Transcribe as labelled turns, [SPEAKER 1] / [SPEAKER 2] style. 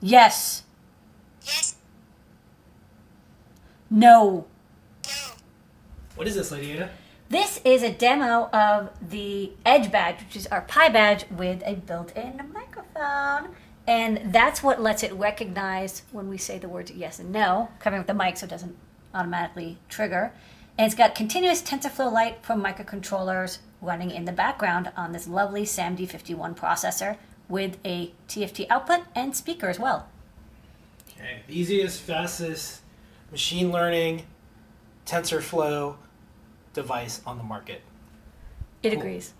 [SPEAKER 1] Yes.
[SPEAKER 2] Yes.
[SPEAKER 1] No.
[SPEAKER 2] No.
[SPEAKER 3] What is this, Lady Ada?
[SPEAKER 4] This is a demo of the Edge badge, which is our Pi badge with a built-in microphone. And that's what lets it recognize when we say the words yes and no, coming with the mic so it doesn't automatically trigger. And it's got continuous TensorFlow light from microcontrollers running in the background on this lovely SAMD51 processor with a TFT output and speaker as well.
[SPEAKER 3] Okay. The easiest, fastest machine learning TensorFlow device on the market.
[SPEAKER 4] It agrees.